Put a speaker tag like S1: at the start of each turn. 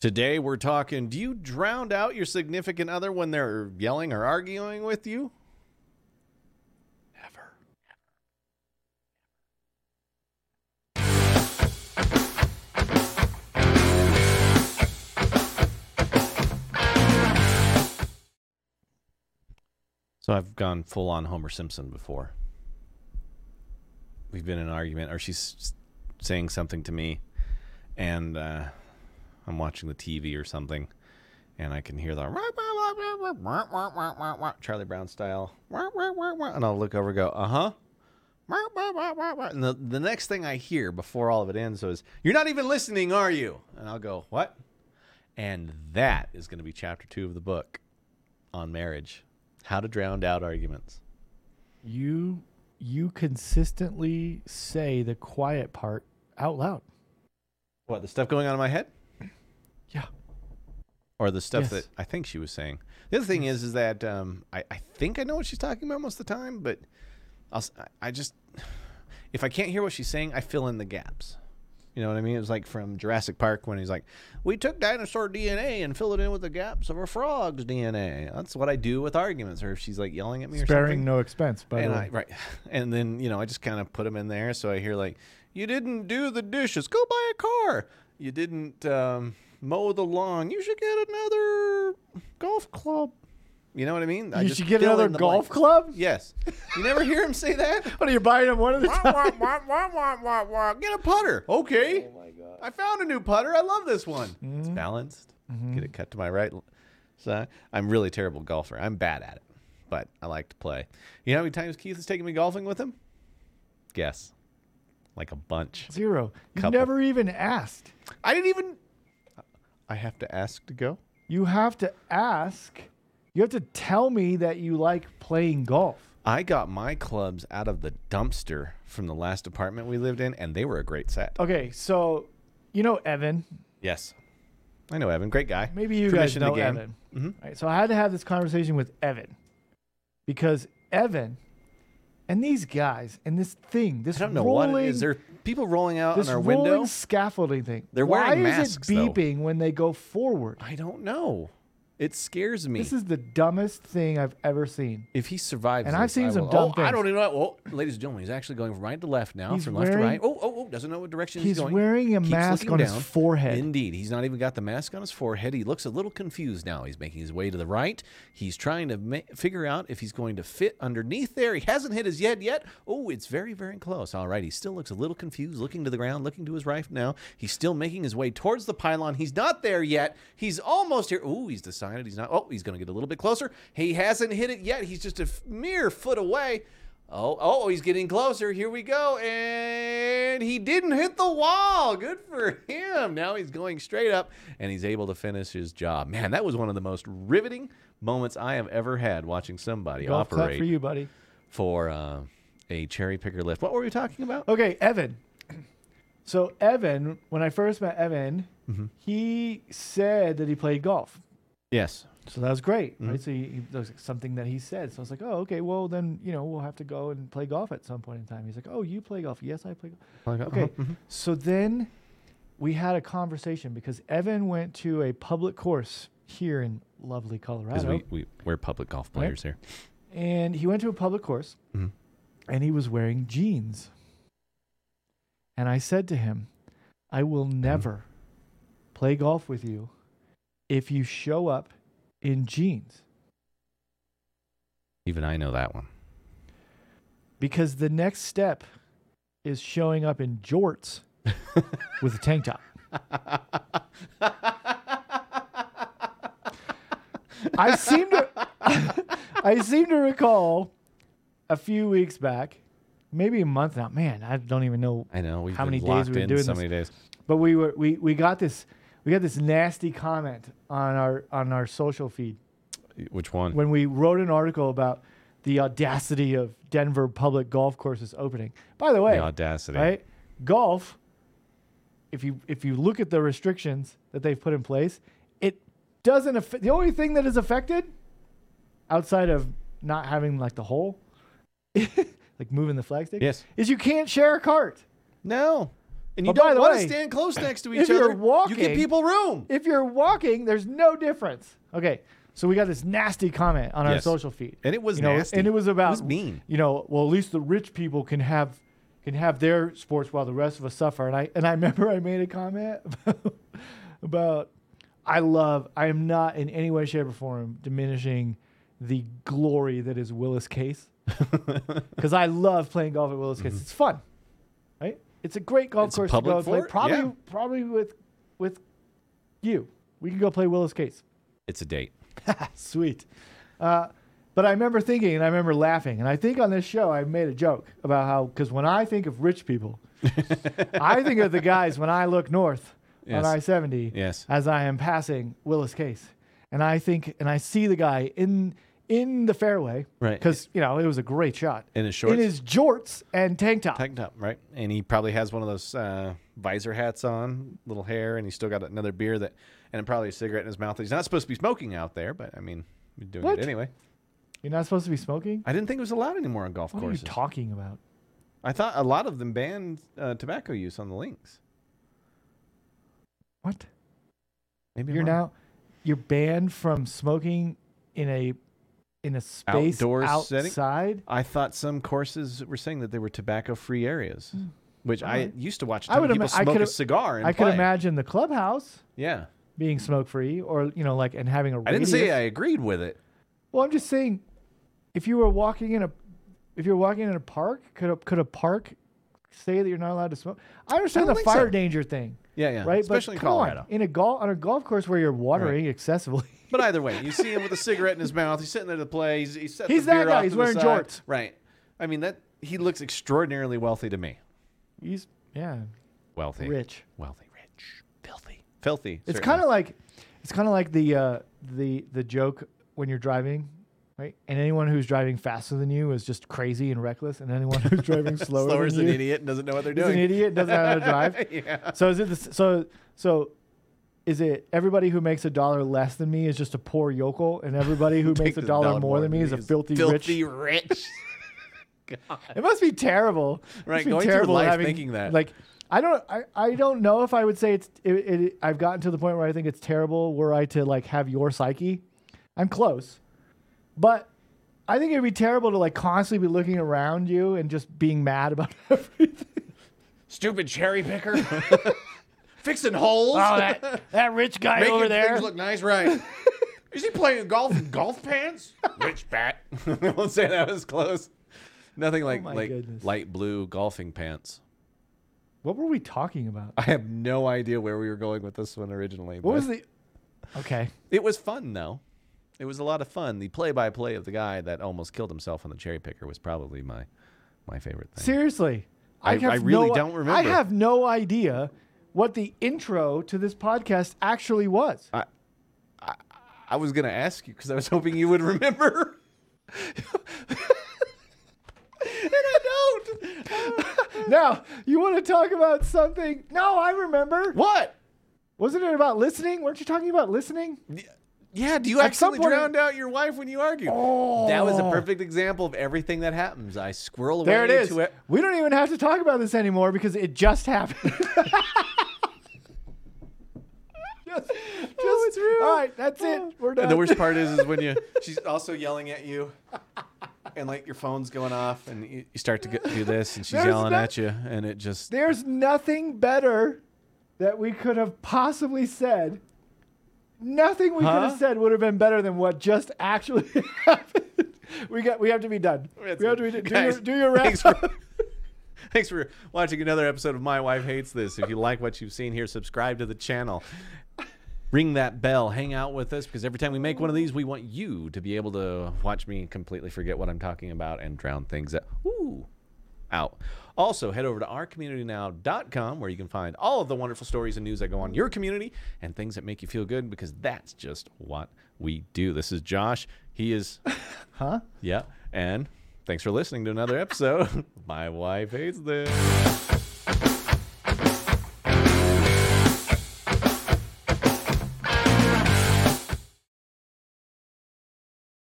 S1: Today we're talking do you drown out your significant other when they're yelling or arguing with you? Never. So I've gone full on Homer Simpson before. We've been in an argument, or she's s- saying something to me, and uh, I'm watching the TV or something, and I can hear the Charlie Brown style, and I'll look over and go, uh huh. And the, the next thing I hear before all of it ends is, You're not even listening, are you? And I'll go, What? And that is going to be chapter two of the book on marriage how to drown out arguments.
S2: You you consistently say the quiet part out loud.
S1: What, the stuff going on in my head?
S2: Yeah.
S1: Or the stuff
S2: Yes.
S1: that I think she was saying. The other thing is, is that um, I, I think I know what she's talking about most of the time, but I'll, s- I- I just, if I can't hear what she's saying, I fill in the gaps. You know what I mean? It was like from Jurassic Park when he's like, "We took dinosaur DNA and filled it in with the gaps of a frog's DNA." That's what I do with arguments, or if she's like yelling at me or something.
S2: Sparing no expense, by the
S1: and
S2: way.
S1: I, right, and then you know I just kind of put them in there. So I hear like, "You didn't do the dishes. Go buy a car. You didn't um, mow the lawn. You should get another golf club." You know what I mean? I
S2: you
S1: just
S2: should get
S1: fill
S2: another
S1: in the blanks.
S2: golf club?
S1: Yes. You never hear him say that.
S2: What are you buying him one of the
S1: Wah, wah, wah, wah, wah, wah, wah. get a putter. Okay. Oh my god. I found a new putter. I love this one. It's balanced. Get it cut to my right side. I'm really terrible golfer. I'm bad at it, but I like to play. You know how many times Keith has taken me golfing with him? Guess. Like a bunch.
S2: Zero. You
S1: Couple.
S2: never even asked.
S1: I didn't even I have to ask to go.
S2: You have to ask. You have to tell me that you like playing golf.
S1: I got my clubs out of the dumpster from the last apartment we lived in and they were a great set.
S2: Okay, so you know Evan.
S1: Yes. I know Evan, great guy.
S2: Maybe you guys
S1: Tradition of
S2: know
S1: the game. Mm-hmm.
S2: Evan. All right, so I had to have this conversation with Evan because Evan and these guys and this thing, this
S1: I don't know
S2: rolling,
S1: what it is. There are people rolling out
S2: this
S1: on our
S2: rolling
S1: window.
S2: scaffolding thing.
S1: They're
S2: Why
S1: wearing
S2: is
S1: masks,
S2: it
S1: though.
S2: beeping when they go forward?
S1: I don't know. It scares me.
S2: This is the dumbest thing I've ever seen.
S1: if he survives,
S2: And I've
S1: this,
S2: seen
S1: I
S2: some
S1: will-
S2: dumb
S1: oh, I don't
S2: things.
S1: even know. Oh, ladies and gentlemen, he's actually going from right to left now,
S2: He's
S1: from left to
S2: wearing-
S1: right. Oh, oh, oh, doesn't know what direction he's,
S2: He's
S1: going.
S2: wearing a
S1: Keeps
S2: mask
S1: looking
S2: on his
S1: down.
S2: forehead.
S1: Indeed, he's not even got the mask on his forehead. He looks a little confused now. He's making his way to the right. He's trying to ma- figure out if he's going to fit underneath there. He hasn't hit his head yet. Oh, it's very, very close. All right, he still looks a little confused, looking to the ground, looking to his right now. He's still making his way towards the pylon. He's not there yet. He's almost here. Oh, he's decided he's not. Oh, he's going to get a little bit closer. He hasn't hit it yet. He's just a f- mere foot away. Oh, oh, he's getting closer. Here we go. And he didn't hit the wall. Good for him. Now he's going straight up and he's able to finish his job. Man, that was one of the most riveting moments I have ever had watching somebody
S2: Golf clap
S1: operate
S2: for you, buddy.
S1: for, uh, a cherry picker lift. What were we talking about?
S2: Okay, Evan. So Evan, when I first met Evan,
S1: Mm-hmm.
S2: he said that he played golf.
S1: Yes.
S2: So that was great, right? So he, he, that was something that he said. So I was like, oh, okay, well then you know we'll have to go and play golf at some point in time. He's like, oh, you play golf? Yes, I play golf. Okay. So then we had a conversation because Evan went to a public course here in lovely
S1: Because
S2: Colorado,
S1: we, we, we're public golf players here.
S2: and he went to a public course, and he was wearing jeans. And I said to him, I will never play golf with you if you show up in jeans.
S1: Even I know that one.
S2: because the next step is showing up in jorts with a tank top. I seem to I seem to recall a few weeks back, maybe a month now. Man, I don't even know.
S1: I know. We've
S2: How
S1: been
S2: many days
S1: locked
S2: we've been
S1: in
S2: doing
S1: so
S2: this?
S1: many days.
S2: But we were we, we got this we got this nasty comment on our on our social feed
S1: Which one?
S2: when we wrote an article about the audacity of Denver public golf courses opening. By the way,
S1: The audacity.
S2: right? Golf. If you if you look at the restrictions that they've put in place, it doesn't affect. The only thing that is affected, outside of not having like the hole, like moving the flagstick,
S1: Yes.
S2: is you can't share a cart.
S1: No. And you
S2: But Oh, by
S1: don't
S2: the
S1: want to
S2: way,
S1: stand close next to each
S2: if
S1: other.
S2: you're
S1: you give
S2: walking-
S1: people room.
S2: If you're walking, there's no difference. Okay. So we got this nasty comment on our
S1: Yes.
S2: social feed.
S1: And it was
S2: you know,
S1: nasty.
S2: And it was about
S1: It was mean.
S2: You know, well at least the rich people can have can have their sports while the rest of us suffer. And I and I remember I made a comment about, about I love I am not in any way, shape, or form diminishing the glory that is Willis Case. Because I love playing golf at Willis Case. It's fun. Right? It's a great golf
S1: Mm-hmm. It's a
S2: course to
S1: public
S2: go and play.
S1: fort,
S2: Probably
S1: yeah.
S2: probably with with you. We can go play Willis Case.
S1: It's a date.
S2: Sweet. Uh, but I remember thinking, and I remember laughing, and I think on this show I made a joke about how because when I think of rich people, I think of the guys when I look north
S1: Yes.
S2: on I seventy
S1: Yes.
S2: as I am passing Willis Case, and I think and I see the guy in in the fairway
S1: Right.
S2: because you know it was a great shot
S1: In his shorts.
S2: in his jorts and tank top.
S1: Tagged up, right? And he probably has one of those uh, visor hats on, little hair, and he's still got another beer that, and probably a cigarette in his mouth. He's not supposed to be smoking out there, but I mean, we're doing
S2: What?
S1: it anyway.
S2: You're not supposed to be smoking.
S1: I didn't think it was allowed anymore on golf
S2: What are you
S1: courses.
S2: talking about?
S1: I thought a lot of them banned uh, tobacco use on the links.
S2: What?
S1: Maybe I'm
S2: You're
S1: wrong.
S2: now you're banned from smoking in a in a space
S1: Outdoor setting?
S2: outside.
S1: I thought some courses were saying that they were tobacco-free areas, which I
S2: Alright.
S1: used to watch. a
S2: Mm. I
S1: ton of
S2: would
S1: people
S2: ima- I
S1: smoke a
S2: could've-
S1: cigar and
S2: I could
S1: play.
S2: imagine the clubhouse
S1: Yeah,
S2: being smoke free, or you know, like and having a.
S1: I didn't
S2: radius.
S1: say I agreed with it.
S2: Well, I'm just saying, if you were walking in a, if you're walking in a park, could a could a park say that you're not allowed to smoke? I understand
S1: don't
S2: the
S1: think so.
S2: fire danger thing,
S1: Yeah, yeah,
S2: right?
S1: especially
S2: but
S1: in
S2: come
S1: Colorado.
S2: on, in a golf on a golf course where you're watering excessively.
S1: But either way, you see him with a cigarette in his mouth. He's sitting there to play. He's he's, set the
S2: He's that
S1: beer
S2: guy.
S1: off
S2: He's
S1: to the
S2: wearing
S1: side.
S2: jorts.
S1: Right. I mean that he looks extraordinarily wealthy to me.
S2: He's yeah,
S1: Wealthy.
S2: rich.
S1: Wealthy. Rich. Filthy. Filthy.
S2: It's kind of like it's kind of like the uh, the the joke when you're driving, right? And anyone who's driving faster than you is just crazy and reckless, and anyone who's driving slower,
S1: slower
S2: than
S1: as
S2: you
S1: an idiot and doesn't know what they're
S2: is
S1: doing.
S2: an idiot and doesn't know how to drive.
S1: yeah.
S2: So is it the, s- so so is it everybody who makes a dollar less than me is just a poor yokel, and everybody who makes a dollar, more than me is a filthy,
S1: filthy
S2: rich?
S1: rich.
S2: It must be terrible. It
S1: Right,
S2: must be
S1: going through
S2: terrible
S1: life
S2: having-
S1: thinking that.
S2: Like. I don't. I, I. don't know if I would say it's. It, it, I've gotten to the point where I think it's terrible. Were I to like have your psyche, I'm close, but I think it'd be terrible to like constantly be looking around you and just being mad about everything.
S1: Stupid cherry picker. Oh, Fixing holes.
S2: that that rich guy
S1: Making things look nice. Right. Is he playing golf in golf pants? Rich bat. I won't say that was close. Nothing like
S2: Oh my
S1: like
S2: goodness.
S1: light blue golfing pants.
S2: what were we talking about?
S1: I have no idea where we were going with this one originally.
S2: What was
S1: but
S2: the? Okay.
S1: It was fun though. It was a lot of fun. The play-by-play of the guy that almost killed himself on the cherry picker was probably my my favorite thing.
S2: Seriously, I,
S1: I-
S2: have
S1: I really
S2: no-
S1: don't
S2: I
S1: remember.
S2: have no idea what the intro to this podcast actually was.
S1: I was gonna ask you because I was hoping you would remember. and I don't.
S2: now you want to talk about something? No, I remember.
S1: what?
S2: Wasn't it about listening? Weren't you talking about listening?
S1: Yeah, do you
S2: At some
S1: actually
S2: point-
S1: drowned out your wife when you argue? That was a perfect example of everything that happens. I squirrel away
S2: There it is.
S1: into it.
S2: We don't even have to talk about this anymore because it just happened. Just- just-
S1: Oh, it's real.
S2: All right, that's it. We're done.
S1: And the worst part is, is when you she's also yelling at you, and like your phone's going off, and you, you start to get, do this, and she's
S2: There's
S1: yelling
S2: no-
S1: at you, and it just
S2: There's nothing better that we could have possibly said. Nothing we
S1: Huh?
S2: could have said would have been better than what just actually happened. We got. We have to be done.
S1: That's
S2: we have to
S1: it.
S2: be do
S1: Guys,
S2: your do your wrap.
S1: thanks for, thanks for watching another episode of My Wife Hates This. If you like what you've seen here, subscribe to the channel. Ring that bell. Hang out with us because every time we make one of these, we want you to be able to watch me completely forget what I'm talking about and drown things out. Ooh, out. Also, head over to ourcommunitynow.com where you can find all of the wonderful stories and news that go on in your community and things that make you feel good because that's just what we do. This is Josh. He is
S2: Huh?
S1: yeah. And thanks for listening to another episode. My wife hates this.